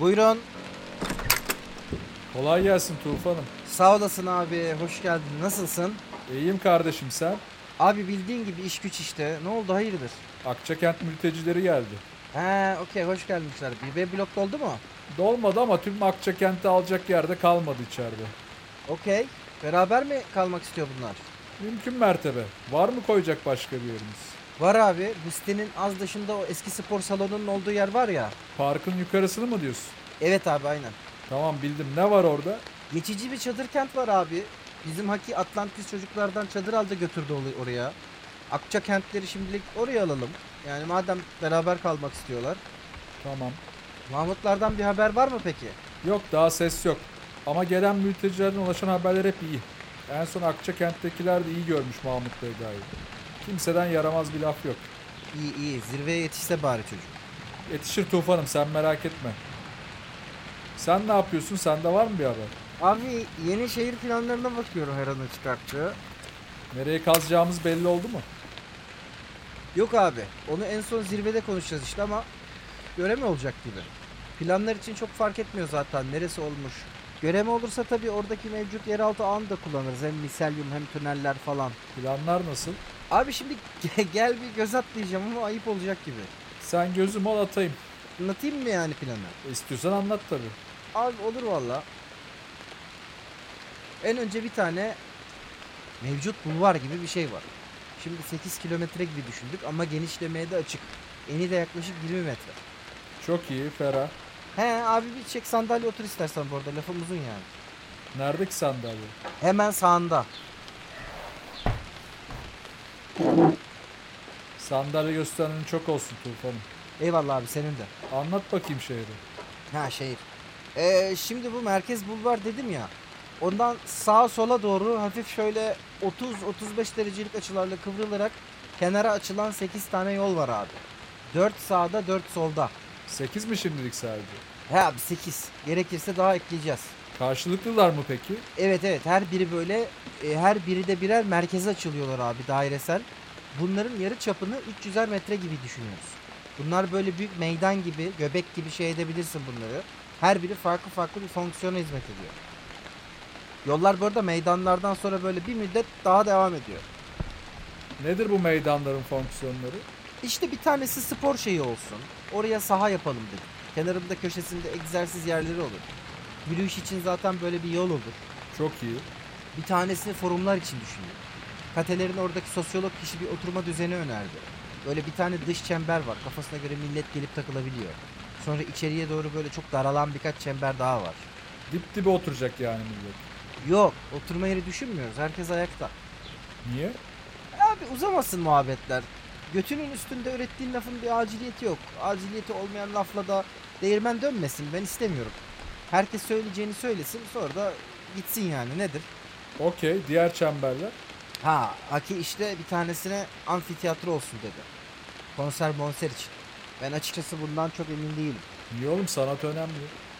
Buyurun. Kolay gelsin Tufan'ım. Sağ olasın abi. Hoş geldin. Nasılsın? İyiyim kardeşim sen. Abi bildiğin gibi iş güç işte. Ne oldu hayırdır? Akçakent mültecileri geldi. He okey hoş gelmişler. BB blokta oldu mu? Dolmadı ama tüm Akçakent'i alacak yerde kalmadı içeride. Okey. Beraber mi kalmak istiyor bunlar? Mümkün mertebe. Var mı koyacak başka bir yerimiz? Var abi. Bu sitenin az dışında o eski spor salonunun olduğu yer var ya. Parkın yukarısını mı diyorsun? Evet abi aynen. Tamam bildim. Ne var orada? Geçici bir çadır kent var abi. Bizim Haki Atlantis çocuklardan çadır aldı götürdü or- oraya. Akça kentleri şimdilik oraya alalım. Yani madem beraber kalmak istiyorlar. Tamam. Mahmutlardan bir haber var mı peki? Yok daha ses yok. Ama gelen mültecilerden ulaşan haberler hep iyi. En son Akçakent'tekiler de iyi görmüş Mahmut Bey gayet. Kimseden yaramaz bir laf yok. İyi iyi zirveye yetişse bari çocuk. Yetişir Tufan'ım sen merak etme. Sen ne yapıyorsun? Sende var mı bir haber? Abi yeni şehir planlarına bakıyorum Hera'nın çıkarttığı. Nereye kazacağımız belli oldu mu? Yok abi onu en son zirvede konuşacağız işte ama göreme olacak gibi. Planlar için çok fark etmiyor zaten neresi olmuş. Göreme olursa tabii oradaki mevcut yeraltı ağını da kullanırız. Hem miselyum hem tüneller falan. Planlar nasıl? Abi şimdi ge- gel bir göz at diyeceğim ama ayıp olacak gibi. Sen gözüm ol atayım. Anlatayım mı yani planı? İstiyorsan anlat tabii. Abi olur valla. En önce bir tane mevcut bulvar gibi bir şey var. Şimdi 8 kilometre gibi düşündük ama genişlemeye de açık. Eni de yaklaşık 20 metre. Çok iyi, ferah. He abi bir çek sandalye otur istersen bu arada lafım uzun yani. Nerede ki sandalye? Hemen sağında. Sandalye gösterenin çok olsun Tufan'ım. Eyvallah abi senin de. Anlat bakayım şehri. Ha şehir. Ee, şimdi bu merkez bulvar dedim ya. Ondan sağa sola doğru hafif şöyle 30-35 derecelik açılarla kıvrılarak kenara açılan 8 tane yol var abi. 4 sağda 4 solda. 8 mi şimdilik sadece? He abi 8. Gerekirse daha ekleyeceğiz. Karşılıklılar mı peki? Evet evet her biri böyle e, her biri de birer merkeze açılıyorlar abi dairesel. Bunların yarı çapını 300'er metre gibi düşünüyoruz. Bunlar böyle büyük meydan gibi, göbek gibi şey edebilirsin bunları. Her biri farklı farklı bir fonksiyona hizmet ediyor. Yollar bu arada meydanlardan sonra böyle bir müddet daha devam ediyor. Nedir bu meydanların fonksiyonları? İşte bir tanesi spor şeyi olsun. Oraya saha yapalım dedik. Kenarında köşesinde egzersiz yerleri olur. Yürüyüş için zaten böyle bir yol olur. Çok iyi. Bir tanesini forumlar için düşündüm. Katelerin oradaki sosyolog kişi bir oturma düzeni önerdi. Böyle bir tane dış çember var. Kafasına göre millet gelip takılabiliyor. Sonra içeriye doğru böyle çok daralan birkaç çember daha var. Dip dibe oturacak yani millet. Yok, oturma yeri düşünmüyoruz. Herkes ayakta. Niye? Abi uzamasın muhabbetler. Götünün üstünde ürettiğin lafın bir aciliyeti yok. Aciliyeti olmayan lafla da değirmen dönmesin. Ben istemiyorum. Herkes söyleyeceğini söylesin. Sonra da gitsin yani. Nedir? Okey, diğer çemberler. Ha, Aki işte bir tanesine amfiteyatro olsun dedi. Konser monser için. Ben açıkçası bundan çok emin değilim. Niye oğlum sanat önemli.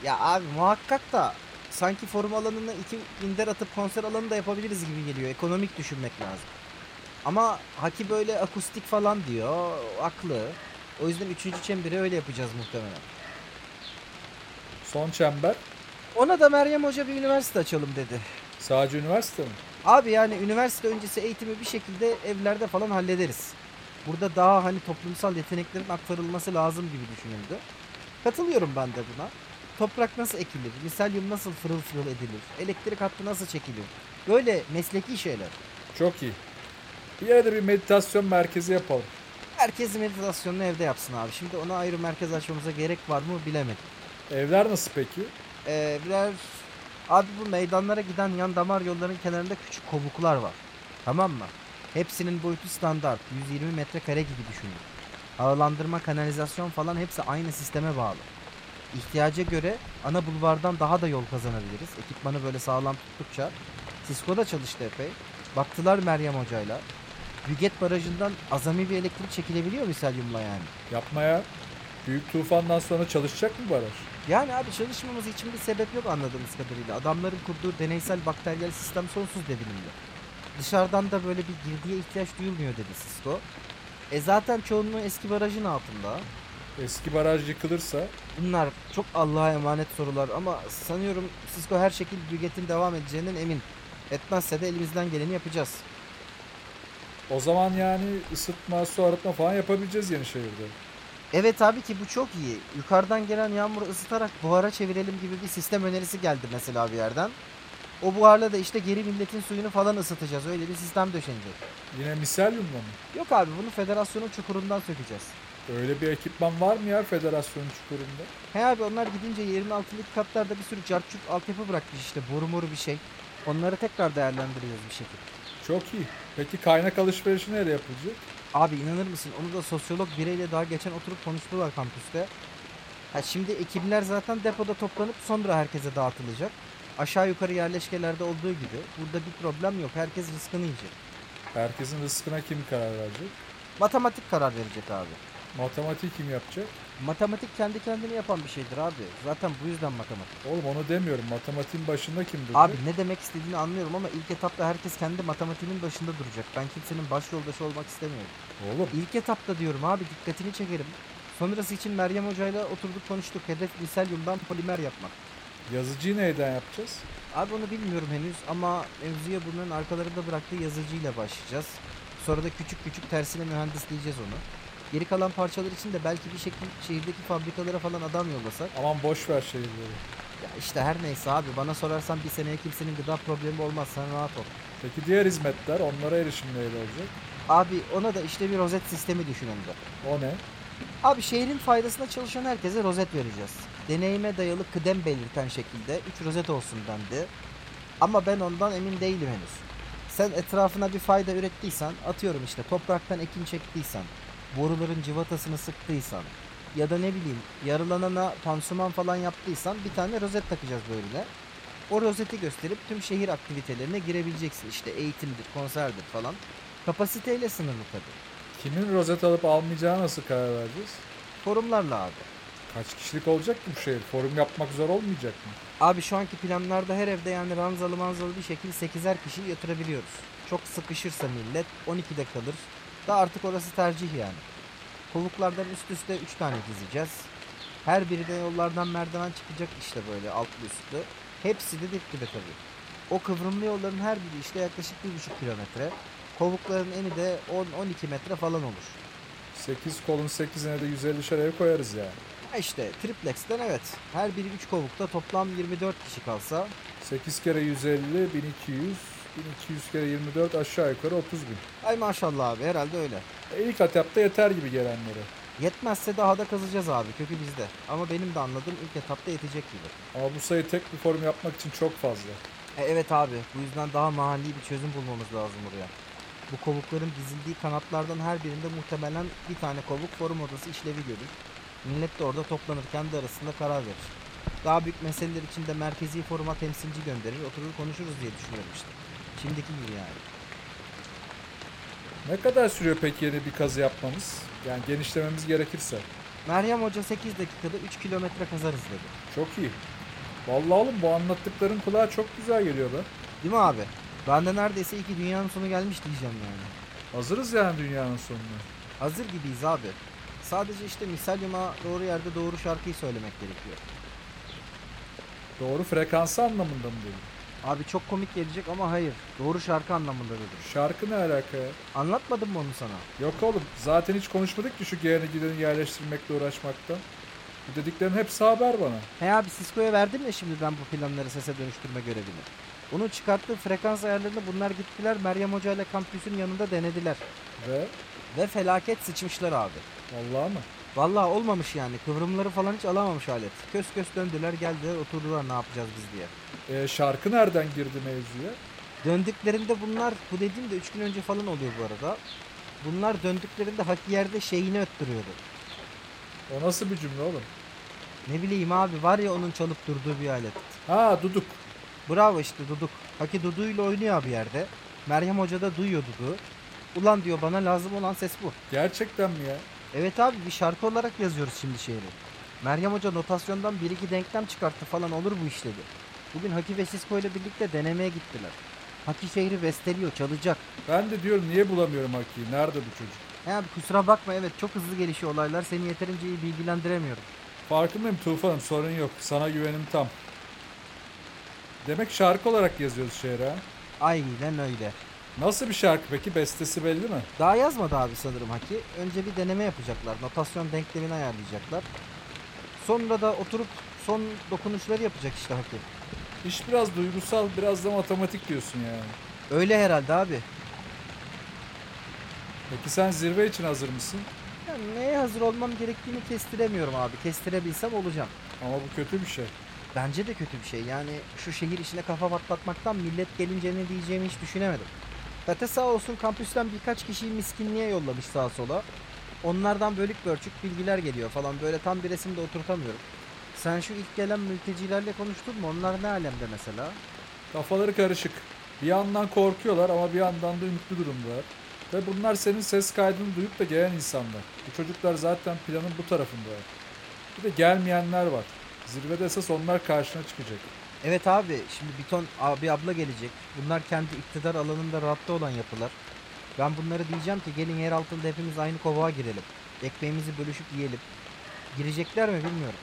Ya abi muhakkak da sanki forum alanına iki minder atıp konser alanı da yapabiliriz gibi geliyor. Ekonomik düşünmek lazım. Ama Haki böyle akustik falan diyor. Aklı. O yüzden üçüncü çemberi öyle yapacağız muhtemelen. Son çember Ona da Meryem Hoca bir üniversite açalım dedi. sadece üniversite mi? Abi yani üniversite öncesi eğitimi bir şekilde evlerde falan hallederiz. Burada daha hani toplumsal yeteneklerin aktarılması lazım gibi düşünüldü. Katılıyorum ben de buna. Toprak nasıl ekilir? Miselyum nasıl fırıl fırıl edilir? Elektrik hattı nasıl çekilir? Böyle mesleki şeyler. Çok iyi. Bir yere de bir meditasyon merkezi yapalım. Herkes meditasyonunu evde yapsın abi. Şimdi ona ayrı merkez açmamıza gerek var mı bilemedim. Evler nasıl peki? Ee, birer abi bu meydanlara giden yan damar yollarının kenarında küçük kovuklar var. Tamam mı? Hepsinin boyutu standart. 120 metrekare gibi düşünün. Havalandırma, kanalizasyon falan hepsi aynı sisteme bağlı. İhtiyaca göre ana bulvardan daha da yol kazanabiliriz. Ekipmanı böyle sağlam tuttukça. Sisko'da çalıştı epey. Baktılar Meryem Hoca'yla. Büget Barajı'ndan azami bir elektrik çekilebiliyor misalyumla yani. Yapmaya büyük tufandan sonra çalışacak mı baraj? Yani abi çalışmamız için bir sebep yok anladığımız kadarıyla. Adamların kurduğu deneysel bakteriyel sistem sonsuz devinimli. Dışarıdan da böyle bir girdiye ihtiyaç duyulmuyor dedi Sisko. E zaten çoğunluğu eski barajın altında. Eski baraj yıkılırsa Bunlar çok Allah'a emanet sorular ama sanıyorum Cisco her şekilde Brigitte'in devam edeceğinden emin. Etmezse de elimizden geleni yapacağız. o zaman yani ısıtma, su arıtma falan yapabileceğiz Yenişehir'de. Evet abi ki bu çok iyi. Yukarıdan gelen yağmuru ısıtarak buhara çevirelim gibi bir sistem önerisi geldi mesela bir yerden. O buharla da işte geri milletin suyunu falan ısıtacağız. Öyle bir sistem döşenecek. Yine miselyumla mı? Yok abi bunu federasyonun çukurundan sökeceğiz. Öyle bir ekipman var mı ya federasyonun çukurunda? He abi onlar gidince yerin altındaki katlarda bir sürü cartçuk altyapı bırakmış işte boru moru bir şey. Onları tekrar değerlendiriyoruz bir şekilde. Çok iyi. Peki kaynak alışverişi nereye yapılacak? Abi inanır mısın onu da sosyolog bireyle daha geçen oturup konuştular kampüste. Ha şimdi ekipler zaten depoda toplanıp sonra herkese dağıtılacak. Aşağı yukarı yerleşkelerde olduğu gibi burada bir problem yok. Herkes rızkını yiyecek. Herkesin rızkına kim karar verecek? Matematik karar verecek abi. Matematiği kim yapacak? Matematik kendi kendini yapan bir şeydir abi. Zaten bu yüzden matematik. Oğlum onu demiyorum. Matematiğin başında kim duracak? Abi ne demek istediğini anlıyorum ama ilk etapta herkes kendi matematiğinin başında duracak. Ben kimsenin baş yoldaşı olmak istemiyorum. Oğlum İlk etapta diyorum abi dikkatini çekerim. Sonrası için Meryem Hoca'yla oturduk konuştuk. Hedef miselyumdan polimer yapmak. yazıcıyı neyden yapacağız? Abi onu bilmiyorum henüz ama mevzuya bunların arkalarında bıraktığı yazıcıyla başlayacağız. Sonra da küçük küçük tersine mühendisleyeceğiz onu. Geri kalan parçalar için de belki bir şekilde şehirdeki fabrikalara falan adam yollasak. Aman boş ver şehirleri. Ya işte her neyse abi bana sorarsan bir seneye kimsenin gıda problemi olmaz sen rahat ol. Peki diğer hizmetler onlara erişim neyle olacak? Abi ona da işte bir rozet sistemi düşünün de. O ne? Abi şehrin faydasına çalışan herkese rozet vereceğiz. Deneyime dayalı kıdem belirten şekilde 3 rozet olsun dendi. Ama ben ondan emin değilim henüz. Sen etrafına bir fayda ürettiysen, atıyorum işte topraktan ekin çektiysen, boruların civatasını sıktıysan ya da ne bileyim yaralanana pansuman falan yaptıysan bir tane rozet takacağız böyle. O rozeti gösterip tüm şehir aktivitelerine girebileceksin. İşte eğitimdir, konserdir falan. Kapasiteyle sınırlı tabii. Kimin rozet alıp almayacağı nasıl karar vereceğiz? Forumlarla abi. Kaç kişilik olacak ki bu şehir? Forum yapmak zor olmayacak mı? Abi şu anki planlarda her evde yani ranzalı manzalı bir şekilde 8'er kişiyi yatırabiliyoruz. Çok sıkışırsa millet 12'de kalır. Da artık orası tercih yani. Kovuklardan üst üste 3 tane dizeceğiz. Her biri de yollardan merdiven çıkacak işte böyle altlı üstlü. Hepsi de dip dibe tabii. O kıvrımlı yolların her biri işte yaklaşık 1,5 kilometre. Kovukların eni de 10-12 metre falan olur. 8 kolun 8'ine de 150'şer ev koyarız yani. Ha İşte triplexten evet. Her biri 3 kovukta toplam 24 kişi kalsa 8 kere 150, 1200, 1200 kere 24 aşağı yukarı 30 bin. ay maşallah abi herhalde öyle. E, ilk etapta yeter gibi gelenlere. Yetmezse daha da kazacağız abi kökü bizde. Ama benim de anladığım ilk etapta yetecek gibi. Ama bu sayı tek bir forum yapmak için çok fazla. E, evet abi bu yüzden daha mahalli bir çözüm bulmamız lazım buraya. Bu kovukların dizildiği kanatlardan her birinde muhtemelen bir tane kovuk forum odası işlevi görür. Millet de orada toplanır kendi arasında karar verir. Daha büyük meseleler için de merkezi foruma temsilci gönderir oturur konuşuruz diye düşünüyorum işte. Şimdiki gibi yani. Ne kadar sürüyor peki yeni bir kazı yapmamız? Yani genişlememiz gerekirse. Meryem Hoca 8 dakikada 3 kilometre kazarız dedi. Çok iyi. Vallahi oğlum bu anlattıkların kulağa çok güzel geliyor be. Değil mi abi? Ben de neredeyse iki dünyanın sonu gelmiş diyeceğim yani. Hazırız yani dünyanın sonuna. Hazır gibiyiz abi. Sadece işte misalyuma doğru yerde doğru şarkıyı söylemek gerekiyor. Doğru frekansı anlamında mı dedim? Abi çok komik gelecek ama hayır. Doğru şarkı anlamında dedim. Şarkı ne alaka ya? Anlatmadım mı onu sana? Yok oğlum zaten hiç konuşmadık ki şu geleni gideni yerleştirmekle uğraşmaktan. Bu dediklerin hepsi haber bana. He abi Cisco'ya verdim ya şimdi ben bu planları sese dönüştürme görevini. Onun çıkarttığı frekans ayarlarını bunlar gittiler Meryem Hoca ile kampüsün yanında denediler. Ve Ve felaket sıçmışlar abi. vallahi mı? Vallahi olmamış yani kıvrımları falan hiç alamamış alet. Kös kös döndüler geldiler oturdular ne yapacağız biz diye. E, şarkı nereden girdi mevzuya? Döndüklerinde bunlar bu dediğim de 3 gün önce falan oluyor bu arada. Bunlar döndüklerinde hak yerde şeyini öttürüyordu. O nasıl bir cümle oğlum? Ne bileyim abi var ya onun çalıp durduğu bir alet. Ha duduk. Bravo işte Duduk. Haki Dudu'yla oynuyor abi yerde. Meryem Hoca da duyuyor Dudu. Ulan diyor bana lazım olan ses bu. Gerçekten mi ya? Evet abi bir şarkı olarak yazıyoruz şimdi şiiri. Meryem Hoca notasyondan bir iki denklem çıkarttı falan olur bu iş dedi. Bugün Haki ve Sisko ile birlikte denemeye gittiler. Haki şehri besteliyor, çalacak. Ben de diyorum niye bulamıyorum Haki'yi? Nerede bu çocuk? Ya kusura bakma evet çok hızlı gelişiyor olaylar. Seni yeterince iyi bilgilendiremiyorum. Farkındayım Tufan'ım sorun yok. Sana güvenim tam. Demek şarkı olarak yazıyoruz şehre. ha? Aynen öyle. Nasıl bir şarkı peki? Bestesi belli mi? Daha yazmadı abi sanırım Haki. Önce bir deneme yapacaklar. Notasyon denklemini ayarlayacaklar. Sonra da oturup son dokunuşları yapacak işte Haki. İş biraz duygusal, biraz da matematik diyorsun yani. Öyle herhalde abi. Peki sen zirve için hazır mısın? Ya neye hazır olmam gerektiğini kestiremiyorum abi. Kestirebilsem olacağım. Ama bu kötü bir şey. Bence de kötü bir şey. Yani şu şehir işine kafa patlatmaktan millet gelince ne diyeceğimi hiç düşünemedim. Zaten sağ olsun kampüsten birkaç kişiyi miskinliğe yollamış sağa sola. Onlardan bölük bölçük bilgiler geliyor falan. Böyle tam bir resim de oturtamıyorum. Sen şu ilk gelen mültecilerle konuştun mu? Onlar ne alemde mesela? Kafaları karışık. Bir yandan korkuyorlar ama bir yandan da ümitli durumdalar. Ve bunlar senin ses kaydını duyup da gelen insanlar. Bu çocuklar zaten planın bu tarafında. Bir de gelmeyenler var. Zirvede esas onlar karşına çıkacak. Evet abi şimdi bir ton abi abla gelecek. Bunlar kendi iktidar alanında rahatta olan yapılar. Ben bunları diyeceğim ki gelin yer altında hepimiz aynı kovağa girelim. Ekmeğimizi bölüşüp yiyelim. Girecekler mi bilmiyorum.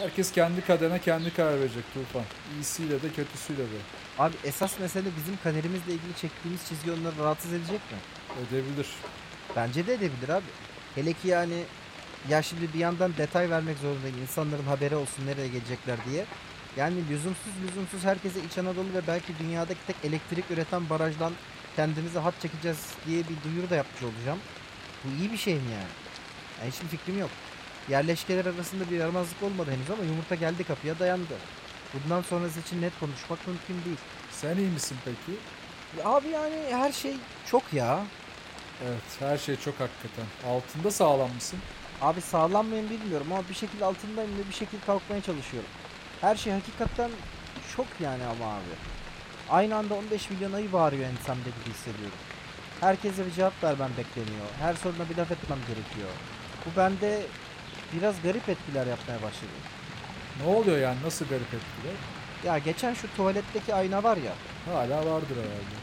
Herkes kendi kaderine kendi karar verecek Tufan. İyisiyle de kötüsüyle de. Abi esas mesele bizim kaderimizle ilgili çektiğimiz çizgi onları rahatsız edecek mi? Ödebilir. Bence de edebilir abi. Hele ki yani ya şimdi bir yandan detay vermek zorundayım insanların haberi olsun nereye gelecekler diye. Yani lüzumsuz lüzumsuz herkese İç Anadolu ve belki dünyadaki tek elektrik üreten barajdan kendimize hat çekeceğiz diye bir duyuru da yapmış olacağım. Bu iyi bir şey mi yani? Yani hiçbir fikrim yok. Yerleşkeler arasında bir yaramazlık olmadı henüz ama yumurta geldi kapıya dayandı. Bundan sonrası için net konuşmak mümkün değil. Sen iyi misin peki? Abi yani her şey çok ya. Evet her şey çok hakikaten. Altında sağlam mısın? Abi sağlam mıyım bilmiyorum ama bir şekilde altındayım ve bir şekilde kalkmaya çalışıyorum. Her şey hakikaten çok yani ama abi. Aynı anda 15 milyon ayı bağırıyor ensemde gibi hissediyorum. Herkese bir cevap vermem bekleniyor. Her soruna bir laf etmem gerekiyor. Bu bende biraz garip etkiler yapmaya başladı. Ne oluyor yani nasıl garip etkiler? Ya geçen şu tuvaletteki ayna var ya. Hala vardır herhalde.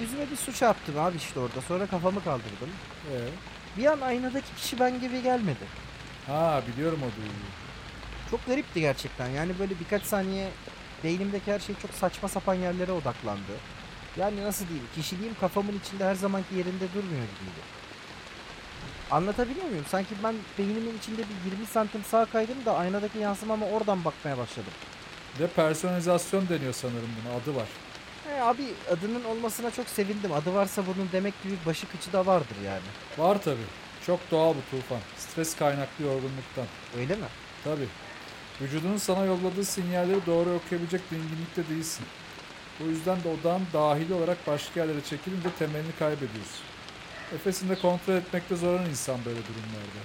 Yüzüme bir su çarptım abi işte orada. Sonra kafamı kaldırdım. Ee? Bir an aynadaki kişi ben gibi gelmedi. Ha biliyorum o duyguyu. Çok garipti gerçekten. Yani böyle birkaç saniye beynimdeki her şey çok saçma sapan yerlere odaklandı. Yani nasıl diyeyim, kişiliğim kafamın içinde her zamanki yerinde durmuyor gibiydi. Anlatabiliyor muyum? Sanki ben beynimin içinde bir 20 santim sağa kaydım da aynadaki yansımama oradan bakmaya başladım. Bir de personalizasyon deniyor sanırım buna adı var. He E, abi adının olmasına çok sevindim. Adı varsa bunun demek gibi başı kıçı da vardır yani. Var tabi. Çok doğal bu tufan. Stres kaynaklı yorgunluktan. Öyle mi? Tabi. Vücudunun sana yolladığı sinyalleri doğru okuyabilecek dinginlikte değilsin. Bu yüzden de odan dahili olarak başka yerlere çekilince temelini kaybediyorsun. Nefesini de kontrol etmekte zorlanan insan böyle durumlarda.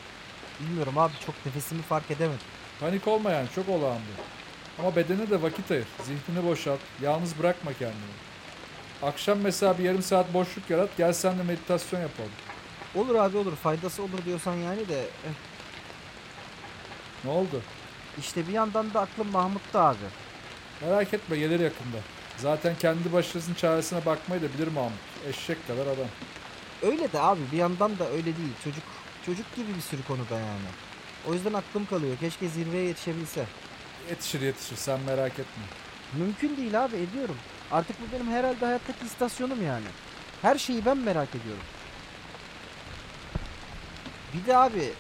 Bilmiyorum abi çok nefesimi fark edemedim. Panik olma yani çok olağan bu. Ama bedene de vakit ayır. Zihnini boşalt. Yalnız bırakma kendini. Akşam mesela bir yarım saat boşluk yarat. Gel sen de meditasyon yapalım. Olur abi olur faydası olur diyorsan yani de eh, Ne oldu? işte bir yandan da aklım Mahmut'ta abi. Merak etme gelir yakında. Zaten kendi başınızın çaresine bakmayı da bilir Mahmut. Eşek kadar adam. Öyle de abi bir yandan da öyle değil. Çocuk çocuk gibi bir sürü konuda yani. O yüzden aklım kalıyor. Keşke zirveye yetişebilse. Yetişir yetişir sen merak etme. Mümkün değil abi ediyorum. Artık bu benim herhalde hayattaki istasyonum yani. Her şeyi ben merak ediyorum. Bir de abi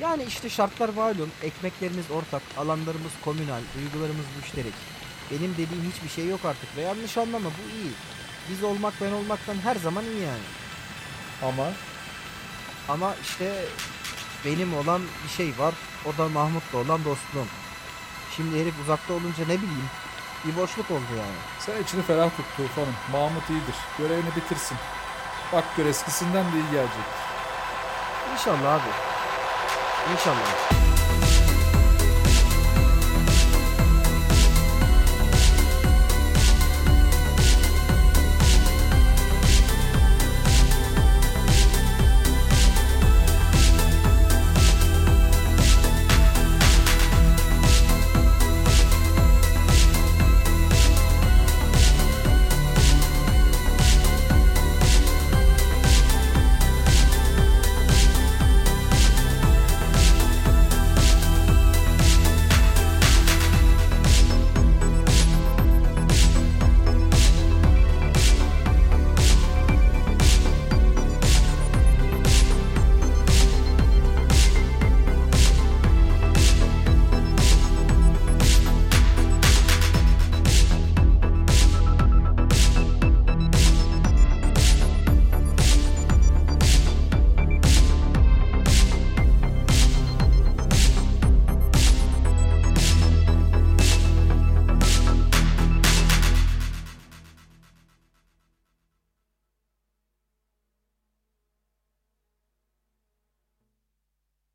yani işte şartlar malum, ekmeklerimiz ortak, alanlarımız komünal, duygularımız müşterek. Benim dediğim hiçbir şey yok artık ve yanlış anlama bu iyi. Biz olmak ben olmaktan her zaman iyi yani. Ama Ama işte benim olan bir şey var. O da Mahmut'la olan dostluğum. Şimdi herif uzakta olunca ne bileyim bir boşluk oldu yani. sen içini ferah tut Tufan'ım. Mahmut iyidir. Görevini bitirsin. Bak gör eskisinden de iyi gelecektir. İnşallah abi. İnşallah.